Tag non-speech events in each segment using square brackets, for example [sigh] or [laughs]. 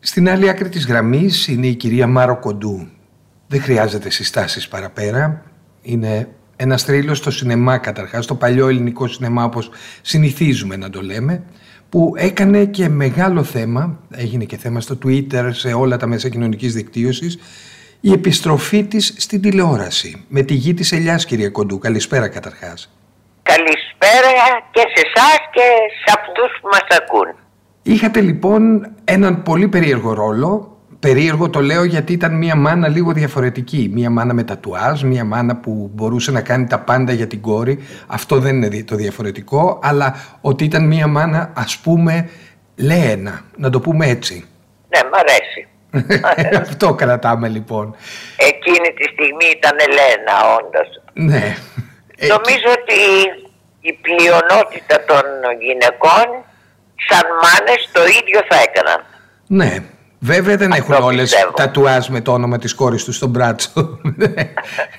Στην άλλη άκρη της γραμμής είναι η κυρία Μάρο Κοντού. Δεν χρειάζεται συστάσεις παραπέρα. Είναι ένα τρίλο στο σινεμά καταρχάς, το παλιό ελληνικό σινεμά όπως συνηθίζουμε να το λέμε, που έκανε και μεγάλο θέμα, έγινε και θέμα στο Twitter, σε όλα τα μέσα κοινωνικής δικτύωσης, η επιστροφή της στην τηλεόραση, με τη γη της Ελιάς κυρία Κοντού. Καλησπέρα καταρχάς. Καλησπέρα και σε εσάς και σε αυτούς που μας ακούν. Είχατε λοιπόν έναν πολύ περίεργο ρόλο. Περίεργο το λέω γιατί ήταν μια μάνα λίγο διαφορετική. Μια μάνα με τατουάζ, μια μάνα που μπορούσε να κάνει τα πάντα για την κόρη. Αυτό δεν είναι το διαφορετικό, αλλά ότι ήταν μια μάνα ας πούμε λένα, να το πούμε έτσι. Ναι, μ' αρέσει. Ε. [laughs] Αυτό κρατάμε λοιπόν. Εκείνη τη στιγμή ήταν Ελένα όντως. Ναι. Ε, Νομίζω ότι η πλειονότητα των γυναικών σαν μάνες το ίδιο θα έκαναν. Ναι. Βέβαια δεν Αυτό έχουν όλες πιστεύω. τατουάζ με το όνομα της κόρης τους στον μπράτσο. [laughs]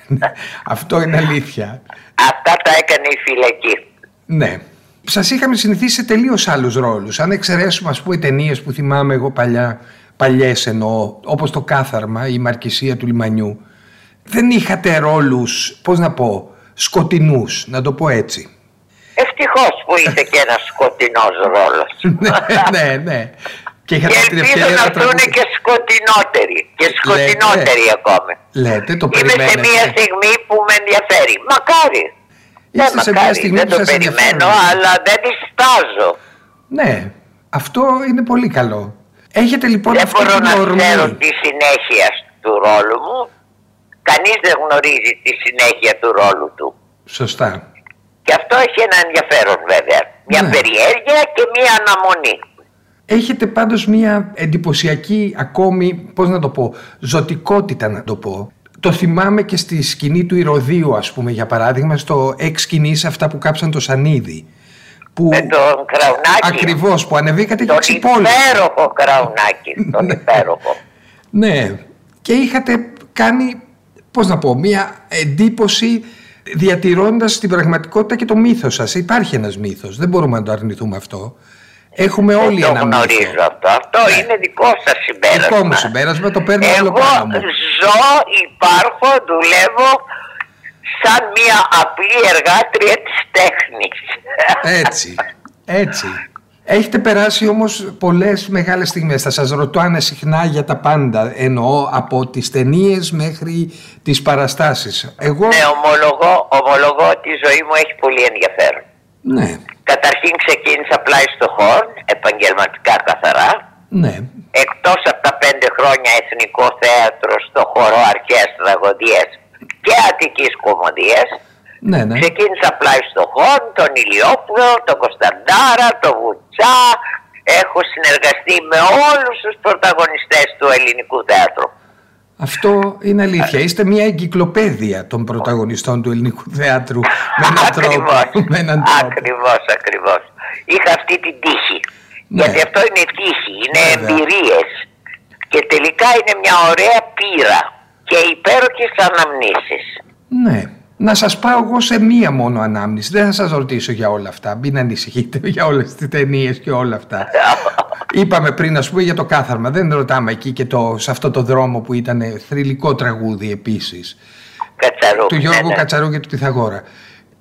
Ναι. Αυτό είναι αλήθεια. Αυτά τα έκανε η φυλακή. Ναι. Σας είχαμε συνηθίσει σε τελείως άλλους ρόλους. Αν εξαιρέσουμε, ας πούμε, ταινίες που θυμάμαι εγώ παλιά, παλιές εννοώ, όπως το Κάθαρμα, η Μαρκησία του Λιμανιού, δεν είχατε ρόλους, πώς να πω, σκοτεινούς, να το πω έτσι. [laughs] Ευτυχώς που είχε και ένας σκοτεινός ρόλος. ναι, ναι, ναι. Και είχατε και την ελπίζω ευκαιρία να να βρουν τραγουδίσετε. και σκοτεινότεροι. Και σκοτεινότεροι ακόμη. Λέτε, το Είμαι σε περιμένετε. μια στιγμή που με ενδιαφέρει. Μακάρι. Είστε Ναι, σε μια μακάρι. στιγμή δεν που το σας περιμένω, ενδιαφέρει. αλλά δεν διστάζω. Ναι, αυτό είναι πολύ καλό. Έχετε λοιπόν Δεν αυτή μπορώ την να ορμή. ξέρω τη συνέχεια του ρόλου μου. Κανείς δεν γνωρίζει τη συνέχεια του ρόλου του. Σωστά. Και αυτό έχει ένα ενδιαφέρον βέβαια. Μια Ναι. περιέργεια και μια αναμονή. Έχετε πάντως μια εντυπωσιακή ακόμη, πώς να το πω, ζωτικότητα να το πω. Το θυμάμαι και στη σκηνή του Ηρωδίου ας πούμε για παράδειγμα στο «Εξ σκηνής αυτά που κάψαν το σανίδι». Που Με τον Κραουνάκη. ακριβώς που ανεβήκατε και Τον ξυπόλυσε. υπέροχο Κραουνάκη. Τον Ναι. υπέροχο. Ναι. Και είχατε κάνει, πώς να πω, μια εντύπωση διατηρώντας την πραγματικότητα και το μύθος σας. Υπάρχει ένας μύθος, δεν μπορούμε να το αρνηθούμε αυτό. Έχουμε Ε, όλοι Δεν ένα το μύθο. γνωρίζω αυτό. Αυτό Ναι. είναι δικό σας συμπέρασμα. Δικό μου συμπέρασμα, το παίρνω όλο Εγώ πάνω μου. ζω, υπάρχω, δουλεύω σαν μια απλή εργάτρια της τέχνης. Έτσι, έτσι. Έχετε περάσει όμως πολλές μεγάλες στιγμές. Θα σας ρωτάνε συχνά για τα πάντα. Εννοώ από τις ταινίες μέχρι τις παραστάσεις. Εγώ... [laughs] ναι, ομολογώ, ομολογώ ότι η ζωή μου έχει πολύ ενδιαφέρον. Ναι, Καταρχήν ξεκίνησα πλάι στο χώρο, επαγγελματικά καθαρά. ναι, Εκτός από τα πέντε χρόνια εθνικό θέατρο στο χώρο αρχαίας τραγωδίας και Αττικής κομμωδίας. ναι, ναι. Ξεκίνησα πλάι στο Χον, τον Ηλιόπουλο, τον Κωνσταντάρα, τον Βουτσά. Έχω συνεργαστεί με όλους τους πρωταγωνιστές του ελληνικού θέατρου. Αυτό είναι αλήθεια. Είστε μια εγκυκλοπαίδεια των πρωταγωνιστών του ελληνικού θεάτρου. Με έναν τρόπο. Ακριβώς, [laughs] Με έναν τρόπο. ακριβώς, ακριβώς. Είχα αυτή την τύχη. Ναι. Γιατί αυτό είναι τύχη, είναι Βέβαια. εμπειρίες. Και τελικά είναι μια ωραία πείρα και υπέροχες [laughs] αναμνήσεις. Ναι. Να σας πάω εγώ σε μία μόνο ανάμνηση. Δεν θα σας ρωτήσω για όλα αυτά. Μην ανησυχείτε για όλες τις ταινίες και όλα αυτά. Είπαμε πριν, ας πούμε, για το κάθαρμα. Δεν ρωτάμε εκεί και το, σε αυτό το δρόμο που ήταν θρηλυκό τραγούδι επίσης. Κατσαρού. του ναι, Γιώργου ναι. Κατσαρού και του Πυθαγόρα.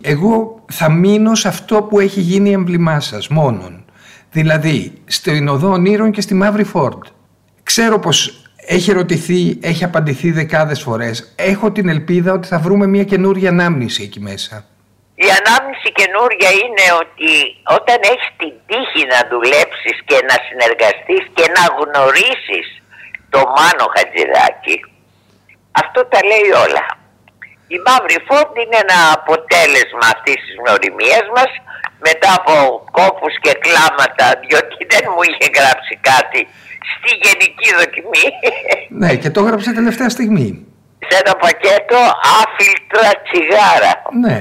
Εγώ θα μείνω σε αυτό που έχει γίνει εμβλημά σας μόνον. Δηλαδή, στην Οδό Ονείρων και στη Μαύρη Φόρντ. Ξέρω πως έχει ρωτηθεί, έχει απαντηθεί δεκάδες φορές. Έχω την ελπίδα ότι θα βρούμε μια καινούργια ανάμνηση εκεί μέσα. Η ανάμνηση καινούρια είναι ότι όταν έχεις την τύχη να δουλέψεις και να συνεργαστείς και να γνωρίσεις το Μάνο Χατζηδάκη, αυτό τα λέει όλα. Η Μαύρη Φόρντ είναι ένα αποτέλεσμα αυτής της γνωριμίας μας μετά από κόπους και κλάματα διότι δεν μου είχε γράψει κάτι στη γενική δοκιμή [laughs] Ναι, και το έγραψε τελευταία στιγμή. σε ένα πακέτο άφιλτρα τσιγάρα. Ναι.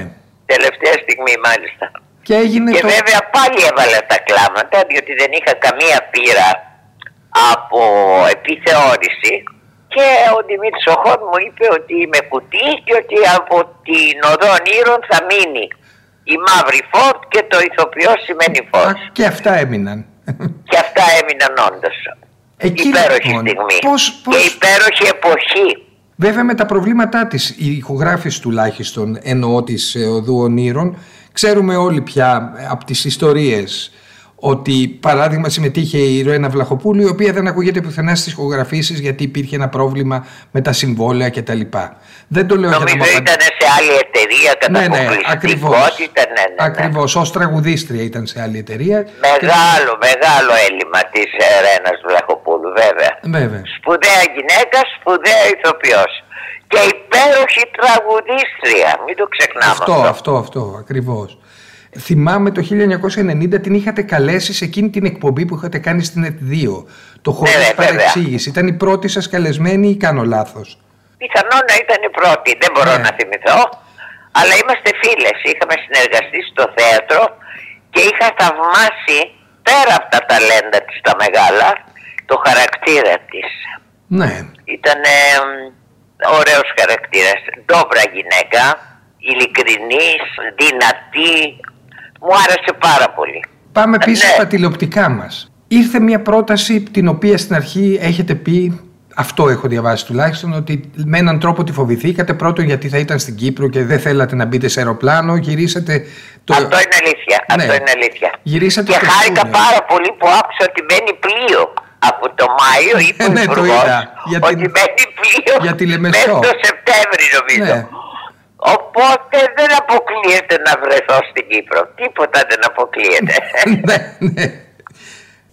Τελευταία στιγμή μάλιστα. Και έγινε Και το. βέβαια πάλι έβαλα τα κλάματα διότι δεν είχα καμία πείρα από επιθεώρηση και ο Δημήτρης Οχών μου είπε ότι είμαι κουτί και ότι από την οδό όνειρων θα μείνει η μαύρη φόρτ και το ηθοποιό σημαίνει Α, φως. και αυτά έμειναν. Και αυτά έμειναν όντως. Εκεί υπέροχη λοιπόν, στιγμή πώς- πώς- και υπέροχη εποχή. Βέβαια με τα προβλήματά της, η ηχογράφηση τουλάχιστον εννοώ της ε, Οδού Ονείρων, ξέρουμε όλοι πια ε, από τις ιστορίες ότι παράδειγμα συμμετείχε η Ρένα Βλαχοπούλου η οποία δεν ακούγεται πουθενά στις ηχογραφήσεις γιατί υπήρχε ένα πρόβλημα με τα συμβόλαια κτλ. Δεν το λέω για να μου Νομίζω απαντήσετε. ήταν σε άλλη εταιρεία κατά Ναι, ναι, ακριβώς. αποκλειστικότητα. Ναι, ναι, ναι. Ακριβώς, ως τραγουδίστρια ήταν σε άλλη εταιρεία. Μεγάλο, μεγάλο έλλειμμα της Ερένας Βλαχοπούλου βέβαια. Και- Βέβαια. Σπουδαία γυναίκα, σπουδαία ηθοποιός. Και υπέροχη τραγουδίστρια, μην το ξεχνάμε Αυτό, αυτό, αυτό, ακριβώς. Θυμάμαι το 1990 την είχατε καλέσει σε εκείνη την εκπομπή που είχατε κάνει στην ΕΤ2. Το χωρίς Ναι, ναι, βέβαια. παρεξήγηση. Ήταν η πρώτη σας καλεσμένη ή κάνω λάθος. Πιθανόν να ήταν η πρώτη, δεν μπορώ Ναι. να θυμηθώ. Αλλά είμαστε φίλες, είχαμε συνεργαστεί στο θέατρο και είχα θαυμάσει πέρα από τα ταλέντα της τα μεγάλα, το χαρακτήρα της. Ναι, Ήταν ε, ωραίος χαρακτήρας, ντόπρα γυναίκα, ειλικρινής, δυνατή, μου άρεσε πάρα πολύ. Πάμε Ε, πίσω ναι. στα τηλεοπτικά μας. Ήρθε μια πρόταση την οποία στην αρχή έχετε πει, αυτό έχω διαβάσει τουλάχιστον, ότι με έναν τρόπο τη φοβηθήκατε πρώτον γιατί θα ήταν στην Κύπρο και δεν θέλατε να μπείτε σε αεροπλάνο, γυρίσατε το... Αυτό είναι αλήθεια. Ναι. Αυτό είναι αλήθεια. Γυρίσατε και στο χάρηκα Σούνιο. πάρα πολύ που άκουσα ότι μπαίνει πλοίο από το [laughs] Μάιο ή Ναι, το είδα. Για ότι την- μπαίνει πλοίο για τη Λεμεσό. μέχρι το Σεπτέμβρη νομίζω. Ναι. Οπότε δεν αποκλείεται να βρεθώ στην Κύπρο. Τίποτα δεν αποκλείεται. [laughs] [laughs] ναι, ναι.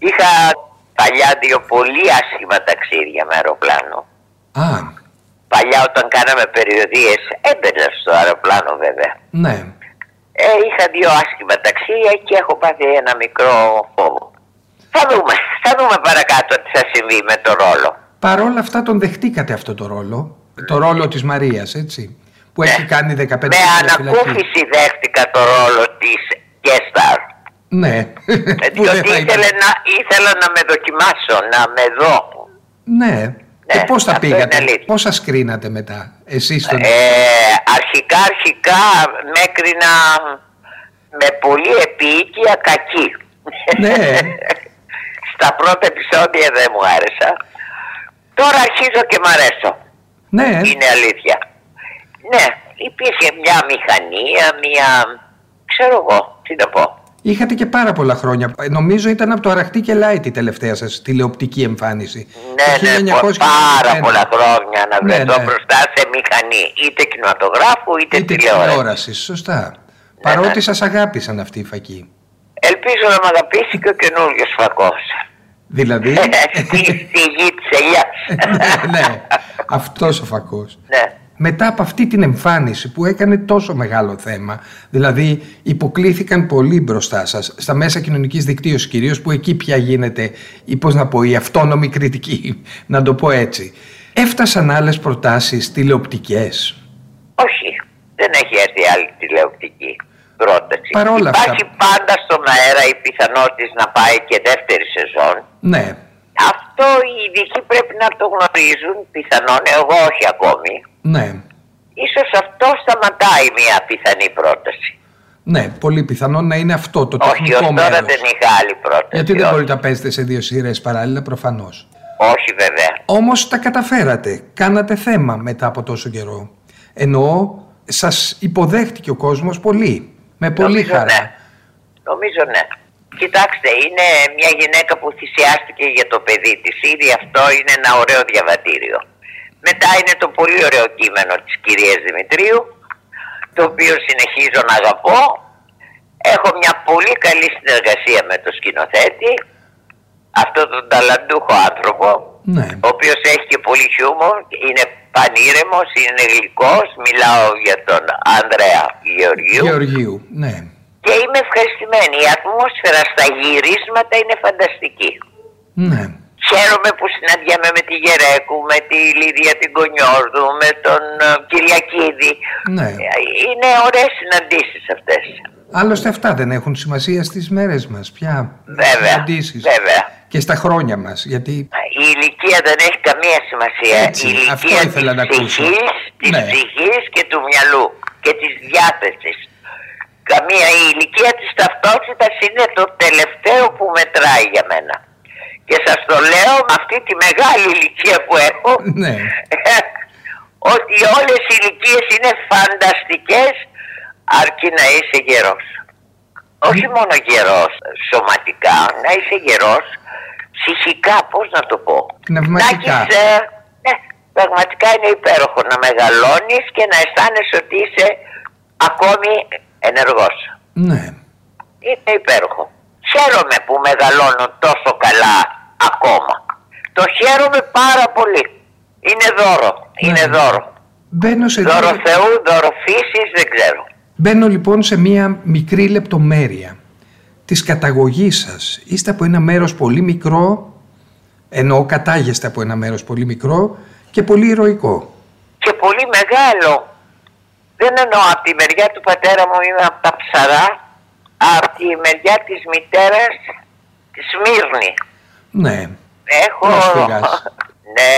Είχα παλιά δύο πολύ άσχημα ταξίδια με αεροπλάνο. Α, Παλιά όταν κάναμε περιοδίες έμπαινα στο αεροπλάνο βέβαια. ναι. Ε, είχα δύο άσχημα ταξίδια και έχω πάθει ένα μικρό φόβο. Θα δούμε, θα δούμε παρακάτω τι θα συμβεί με το ρόλο. Παρόλα αυτά τον δεχτήκατε αυτό το ρόλο, το ρόλο της Μαρίας, έτσι, που έχει Ναι. κάνει 15 με χρόνια φυλακή. ανακούφιση δέχτηκα το ρόλο της Γκέσταρ. Ναι. Που δεν Ε, διότι θα ήταν. ήθελε να, ήθελα να με δοκιμάσω, να με δω. Ναι. Και Ναι, πώς τα αυτό είναι πήγατε, αλήθεια. πώς σας κρίνατε μετά, εσείς τον... Ε, αρχικά, αρχικά με έκρινα με πολύ επίοικια κακή. Ναι. [laughs] Στα πρώτα επεισόδια δεν μου άρεσα. Τώρα αρχίζω και μ' αρέσω. Ναι, Είναι αλήθεια. Ναι, υπήρχε μια μηχανία, μια. ξέρω εγώ, τι να πω. είχατε και πάρα πολλά χρόνια. Ε, Νομίζω ήταν από το Αραχτή και Λάιτ η τελευταία σας τηλεοπτική εμφάνιση. Ναι, Το ναι, 1991. πο- πάρα πολλά χρόνια να Ναι, βρεθώ ναι. μπροστά σε μηχανή, είτε κινηματογράφου είτε, Είτε τηλεόραση. τηλεόρασης, σωστά. Παρότι ναι. σας αγάπησαν αυτοί οι φακοί. Ελπίζω να με αγαπήσει και ο καινούριος φακός. [laughs] Δηλαδή... [laughs] στη, στη γη της ελιάς. ναι, ναι, αυτός ο φακός. ναι. Μετά από αυτή την εμφάνιση που έκανε τόσο μεγάλο θέμα, δηλαδή υποκλήθηκαν πολύ μπροστά σας, στα μέσα κοινωνικής δικτύωσης κυρίως, που εκεί πια γίνεται, ή πώς να πω, η αυτόνομη κριτική, [laughs] να το πω έτσι. Έφτασαν άλλες προτάσεις τηλεοπτικές. Όχι, δεν έχει έρθει άλλη τηλεοπτική πρόταση. Παρόλα αυτά- Υπάρχει πάντα στον αέρα η πιθανότητα να πάει και δεύτερη σεζόν. Ναι, Αυτό οι ειδικοί πρέπει να το γνωρίζουν, πιθανόν εγώ όχι ακόμη. ναι, Ίσως αυτό σταματάει μια πιθανή πρόταση. ναι, πολύ πιθανόν να είναι αυτό το όχι, ως τεχνικό τώρα μέρος. δεν είχα άλλη πρόταση. Γιατί δεν όχι. μπορείτε να παίζετε σε δύο σειρές παράλληλα προφανώς. όχι βέβαια. Όμως τα καταφέρατε, κάνατε θέμα μετά από τόσο καιρό. Εννοώ, σας υποδέχτηκε ο κόσμος πολύ, με πολύ Νομίζω χαρά. Ναι. Νομίζω ναι. Κοιτάξτε, είναι μια γυναίκα που θυσιάστηκε για το παιδί της. Ήδη αυτό είναι ένα ωραίο διαβατήριο. Μετά είναι το πολύ ωραίο κείμενο της κυρίας Δημητρίου, το οποίο συνεχίζω να αγαπώ. Έχω μια πολύ καλή συνεργασία με το σκηνοθέτη, αυτό τον ταλαντούχο άνθρωπο, Ναι. ο οποίος έχει και πολύ χιούμορ, είναι πανήρεμος, είναι γλυκός, μιλάω για τον Ανδρέα Γεωργίου. Γεωργίου, ναι. Και είμαι ευχαριστημένη. Η ατμόσφαιρα στα γυρίσματα είναι φανταστική. Ναι. Χαίρομαι που συναντιέμαι με τη Γερέκου, με τη Λίδια την Κονιόρδου, με τον ε, Κυριακίδη. Ναι. Ε, Είναι ωραίες συναντήσεις αυτές. Άλλωστε αυτά δεν έχουν σημασία στις μέρες μας πια. Βέβαια, Συναντήσεις. βέβαια. Και στα χρόνια μας, γιατί Η ηλικία δεν έχει καμία σημασία. Έτσι, Η αυτό ηλικία ήθελα να της ακούσω. ψυχής, της Ναι. ψυχής και του μυαλού και της διάθεσης. Καμία η ηλικία της ταυτότητας είναι το τελευταίο που μετράει για μένα. Και σας το λέω με αυτή τη μεγάλη ηλικία που έχω Ναι. [laughs] ότι όλες οι ηλικίες είναι φανταστικές αρκεί να είσαι γερός. Όχι μόνο γερός σωματικά, να είσαι γερός ψυχικά, πώς να το πω. Πνευματικά. Να έχεις, ε, ναι, πραγματικά είναι υπέροχο να μεγαλώνεις και να αισθάνεσαι ότι είσαι ακόμη ενεργός. Ναι. Είναι υπέροχο. Χαίρομαι που μεγαλώνω τόσο καλά ακόμα. Το χαίρομαι πάρα πολύ. Είναι δώρο. Είναι Ναι. Ε, δώρο. Μπαίνω σε Δώρο δύο- Θεού, δώρο φύσης, δεν ξέρω. Μπαίνω λοιπόν σε μία μικρή λεπτομέρεια της καταγωγής σας. Είστε από ένα μέρος πολύ μικρό, εννοώ κατάγεστε από ένα μέρος πολύ μικρό και πολύ ηρωικό. Και πολύ μεγάλο. Δεν εννοώ από τη μεριά του πατέρα μου, είμαι από τα ψαρά. Από τη μεριά της μητέρας, της Σμύρνη. Ναι, Έχω... Πρόσφυγας. [laughs] ναι,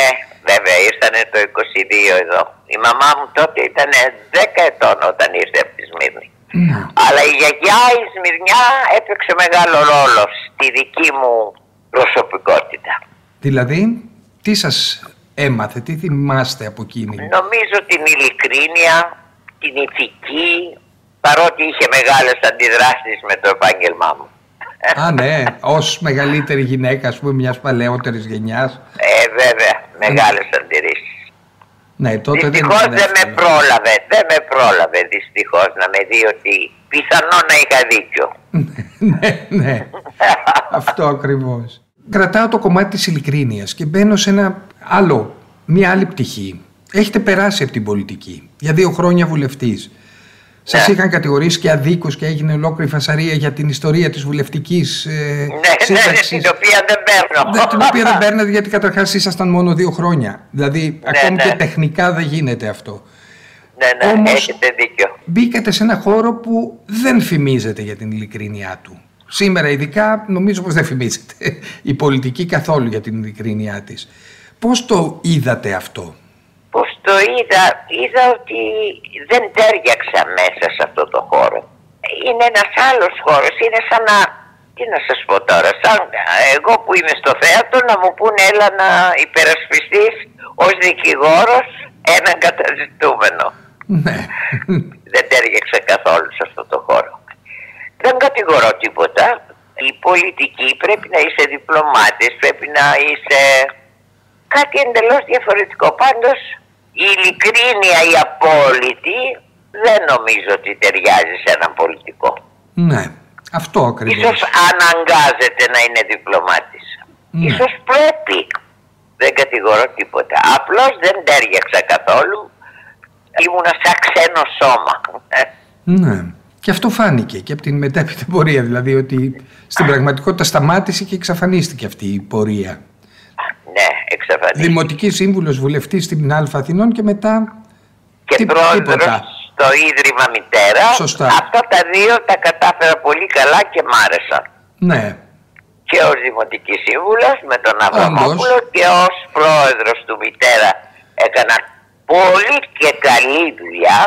βέβαια, ήρθανε το 22 εδώ. Η μαμά μου τότε ήταν 10 ετών όταν ήρθε από τη Σμύρνη. ναι, Αλλά η γιαγιά η Σμυρνιά έπαιξε μεγάλο ρόλο στη δική μου προσωπικότητα. δηλαδή τι σας έμαθε, τι θυμάστε από εκείνη. Νομίζω την ειλικρίνεια, την ηθική, παρότι είχε μεγάλες αντιδράσεις με το επάγγελμά μου. Α, ναι, ως μεγαλύτερη γυναίκα, ας πούμε, μιας παλαιότερης γενιάς. Ε, βέβαια, μεγάλες αντιρρήσεις. Ναι, τότε δεν Δυστυχώς ήταν δεν με εύκολο. πρόλαβε, δεν με πρόλαβε δυστυχώς να με δει ότι πιθανόν να είχα δίκιο. ναι, ναι. Αυτό ακριβώς. Κρατάω το κομμάτι της ειλικρίνειας και μπαίνω σε ένα άλλο, μία άλλη πτυχή. Έχετε περάσει από την πολιτική. Για δύο χρόνια βουλευτής. Σας Ναι. είχαν κατηγορήσει και αδίκως και έγινε ολόκληρη φασαρία για την ιστορία της βουλευτικής ε, ναι, ναι, ναι, σύνταξης. την οποία δεν παίρνω. Ναι, την οποία δεν παίρνατε γιατί καταρχάς ήσασταν μόνο δύο χρόνια. Δηλαδή ακόμη ναι. και τεχνικά δεν γίνεται αυτό. ναι, ναι, Όμως- έχετε δίκιο. Μπήκατε σε ένα χώρο που δεν φημίζεται για την ειλικρίνειά του. Σήμερα ειδικά νομίζω πως δεν φημίζεται η πολιτική καθόλου για την ειλικρίνειά της. Πώς το είδατε αυτό. πως το είδα, είδα ότι δεν τέριαξα μέσα σε αυτό το χώρο. Είναι ένας άλλος χώρος, είναι σαν να, τι να σας πω τώρα, σαν εγώ που είμαι στο θέατρο να μου πούνε έλα να υπερασπιστείς ως δικηγόρος έναν καταζητούμενο. Ναι. Δεν τέριαξα καθόλου σε αυτό το χώρο. Δεν κατηγορώ τίποτα. Η πολιτική πρέπει να είσαι διπλωμάτης, πρέπει να είσαι κάτι εντελώς διαφορετικό. Πάντως η ειλικρίνεια η απόλυτη δεν νομίζω ότι ταιριάζει σε έναν πολιτικό. Ναι. Αυτό Ίσως ακριβώς. αναγκάζεται να είναι διπλωμάτης. Ναι. Ίσως πρέπει. Δεν κατηγορώ τίποτα. Απλώς δεν τέριαξα καθόλου. Ήμουνα σαν ξένο σώμα. Ναι. Και αυτό φάνηκε και από την μετέπειτα πορεία. Δηλαδή ότι στην πραγματικότητα σταμάτησε και εξαφανίστηκε αυτή η πορεία. Ναι, εξαφανίστηκε. Δημοτική σύμβουλος βουλευτής στην Α Αθηνών και μετά και Τι- πρόεδρος τίποτα. στο Ίδρυμα Μητέρα. Σωστά. Αυτά τα δύο τα κατάφερα πολύ καλά και μ' άρεσαν. ναι. Και ως Δημοτική Σύμβουλος με τον Αβραμόπουλο Όντως. και ως πρόεδρος του Μητέρα έκανα πολύ και καλή δουλειά.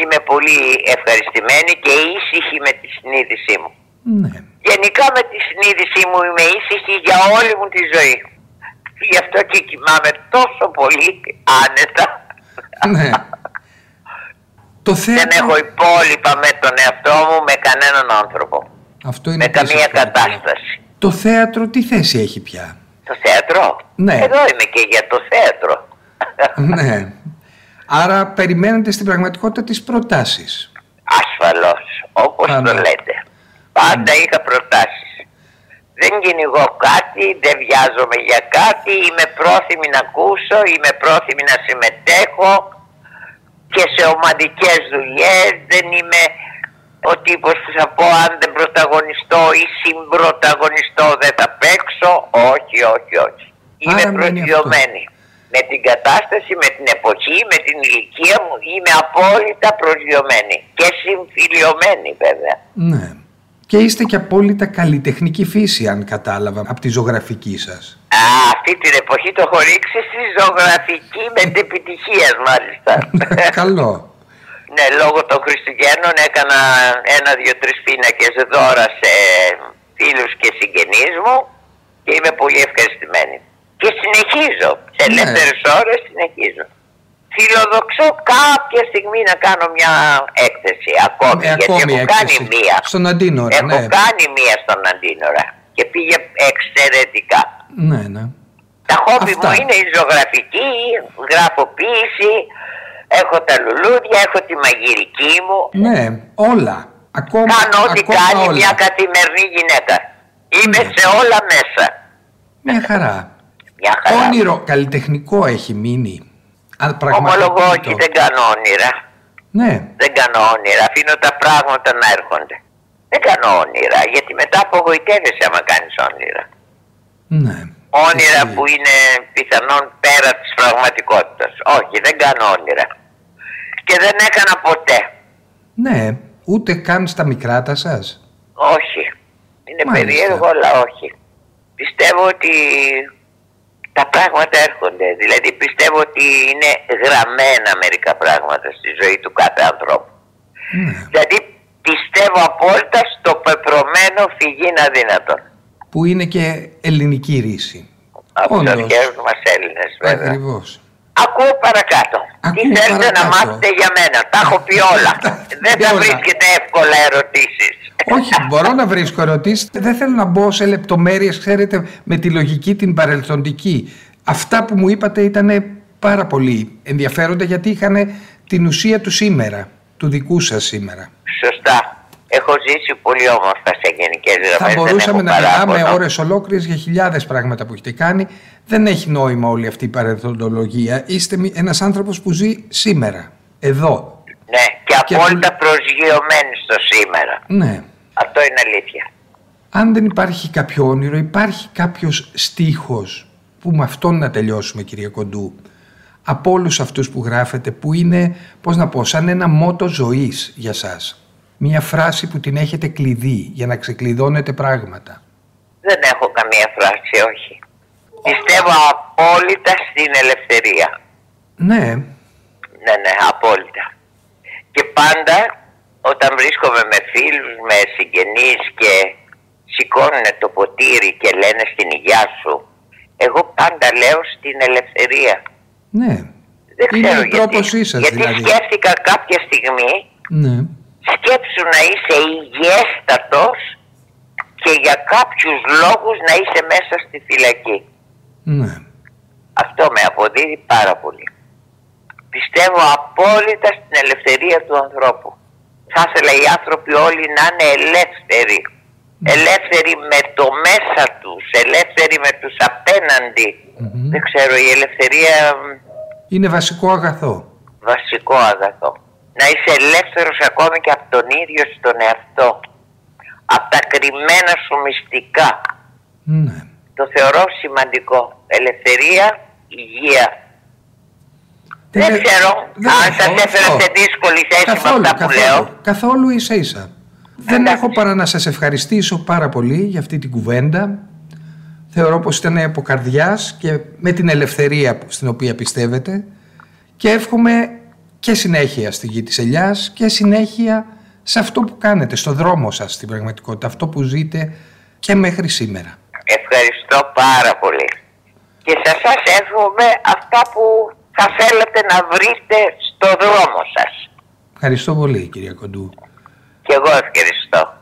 Είμαι πολύ ευχαριστημένη και ήσυχη με τη συνείδησή μου. Ναι. Γενικά με τη συνείδησή μου είμαι ήσυχη για όλη μου τη ζωή. Γι' αυτό και κοιμάμαι τόσο πολύ άνετα. ναι. Το [laughs] Δεν θέατρο... έχω υπόλοιπα με τον εαυτό μου, με κανέναν άνθρωπο. Αυτό είναι Με επίσης καμία πολύ καλό. κατάσταση. Το θέατρο τι θέση έχει πια. [laughs] Το θέατρο. Ναι. Εδώ είμαι και για το θέατρο. [laughs] ναι. Άρα περιμένετε στην πραγματικότητα τις προτάσεις. Ασφαλώς, όπως Πάντα. το λέτε. Πάντα είχα προτάσεις. Δεν κυνηγώ κάτι, δεν βιάζομαι για κάτι, είμαι πρόθυμη να ακούσω, είμαι πρόθυμη να συμμετέχω και σε ομαδικές δουλειές, δεν είμαι ο τύπος που θα πω αν δεν πρωταγωνιστώ ή συμπροταγωνιστώ δεν θα παίξω, όχι, όχι, όχι. Είμαι Άρα μένει αυτό. προσγειωμένη με την κατάσταση, με την εποχή, με την ηλικία μου είμαι απόλυτα προσγειωμένη και συμφιλιωμένη βέβαια. Ναι. Και είστε και απόλυτα καλλιτεχνική φύση αν κατάλαβα από τη ζωγραφική [laughs] σας. Α, αυτή την εποχή το έχω ρίξει στη ζωγραφική με την επιτυχία [laughs] μάλιστα. Καλό. ναι, λόγω των Χριστουγέννων έκανα ένα-δύο-τρει πίνακες δώρα σε φίλους και συγγενείς μου και είμαι πολύ ευχαριστημένη. Και συνεχίζω, σε Ναι. ελεύθερες ώρες συνεχίζω. Φιλοδοξώ κάποια στιγμή να κάνω μια έκθεση ακόμη, Ε, γιατί έχω κάνει έκθεση. μία. Στον Αντίνορα, ναι. έχω κάνει μία στον Αντίνορα και πήγε εξαιρετικά. Ναι, ναι. Τα χόμπι Αυτά. μου είναι η ζωγραφική, γράφω ποίηση, έχω τα λουλούδια, έχω τη μαγειρική μου. Ναι, όλα. Ακόμα, Κάνω ό,τι ακόμα κάνει όλα. μια καθημερινή γυναίκα. Είμαι Ναι. σε όλα μέσα. Μια χαρά. Μια χαρά. Όνειρο καλλιτεχνικό έχει μείνει. Αν πραγματοποιεί Ομολογώ το. ότι δεν κάνω όνειρα. Ναι, Δεν κάνω όνειρα. Αφήνω τα πράγματα να έρχονται. Δεν κάνω όνειρα, γιατί μετά απογοητεύεσαι άμα κάνεις όνειρα. ναι. Όνειρα Εσύ. που είναι πιθανόν πέρα της πραγματικότητας. Όχι, δεν κάνω όνειρα. Και δεν έκανα ποτέ. Ναι, ούτε καν στα μικρά σας. Όχι. Είναι Μάλιστα. περίεργο, αλλά όχι. Πιστεύω ότι τα πράγματα έρχονται. Δηλαδή πιστεύω ότι είναι γραμμένα μερικά πράγματα στη ζωή του κάθε ανθρώπου. Ναι. Δηλαδή πιστεύω απόλυτα στο πεπρωμένο φυγήν αδύνατον. Που είναι και ελληνική ρίση. Από τους Όντως. αρχαίους μας Έλληνες βέβαια. Ακριβώς. Ακούω παρακάτω. Τι Ακούω θέλετε παρακάτω. να μάθετε για μένα. Τα έχω πει [laughs] όλα. Τα έχετε Δεν πει θα όλα. βρίσκετε εύκολα ερωτήσεις. Όχι, μπορώ να βρίσκω ερωτήσεις. Δεν θέλω να μπω σε λεπτομέρειες, ξέρετε, με τη λογική την παρελθοντική. Αυτά που μου είπατε ήταν πάρα πολύ ενδιαφέροντα γιατί είχαν την ουσία του σήμερα, του δικού σας σήμερα. Σωστά. Έχω ζήσει πολύ όμορφα σε γενικές γραμμές. Θα μπορούσαμε να μιλάμε ώρες ολόκληρες για χιλιάδες πράγματα που έχετε κάνει. Δεν έχει νόημα όλη αυτή η παρελθοντολογία. Είστε μη- ένας άνθρωπος που ζει σήμερα, εδώ. Ναι, και Και απόλυτα προσγειωμένη στο σήμερα. Ναι. Αυτό είναι αλήθεια. Αν δεν υπάρχει κάποιο όνειρο, υπάρχει κάποιος στίχος που με αυτόν να τελειώσουμε κύριε Κοντού. Από όλους αυτούς που γράφετε που είναι, πώς να πω, σαν ένα μότο ζωής για σας. Μια φράση που την έχετε κλειδί για να ξεκλειδώνετε πράγματα. Δεν έχω καμία φράση, όχι. Πιστεύω απόλυτα στην ελευθερία. Ναι, Ναι, ναι, απόλυτα. Και πάντα όταν βρίσκομαι με φίλους, με συγγενείς και σηκώνουν το ποτήρι και λένε στην υγειά σου, εγώ πάντα λέω στην ελευθερία. ναι, Δεν Είναι ξέρω ο τρόπος γιατί. ίσας, γιατί δηλαδή. σκέφτηκα κάποια στιγμή ναι. σκέψου να είσαι υγιέστατος και για κάποιους λόγους να είσαι μέσα στη φυλακή. Ναι. Αυτό με αποδίδει πάρα πολύ. Πιστεύω απόλυτα στην ελευθερία του ανθρώπου. Θα ήθελα οι άνθρωποι όλοι να είναι ελεύθεροι. Ελεύθεροι με το μέσα τους, ελεύθεροι με τους απέναντι. Μμμ. Δεν ξέρω, η ελευθερία μ, Είναι βασικό αγαθό. βασικό αγαθό. Να είσαι ελεύθερος ακόμη και από τον ίδιο σου τον εαυτό. Από τα κρυμμένα σου μυστικά. Ναι. Το θεωρώ σημαντικό. Ελευθερία, υγεία. Δεν Τελε- ξέρω Δεν αν έχω, σας έφερα αυτό. σε δύσκολη θέση με Καθόλου, αυτά που λέω. καθόλου, καθόλου ίσα ίσα. Δεν Εντάξει. έχω παρά να σας ευχαριστήσω πάρα πολύ για αυτή την κουβέντα. Θεωρώ πως ήταν από καρδιάς και με την ελευθερία που- στην οποία πιστεύετε και εύχομαι και συνέχεια στη γη της ελιάς και συνέχεια σε αυτό που κάνετε, στο δρόμο σας στην πραγματικότητα, αυτό που ζείτε και μέχρι σήμερα. Ευχαριστώ πάρα πολύ. Και σε σας εύχομαι αυτά που θα θέλατε να βρείτε στο δρόμο σας. Ευχαριστώ πολύ κυρία Κοντού. Και εγώ ευχαριστώ.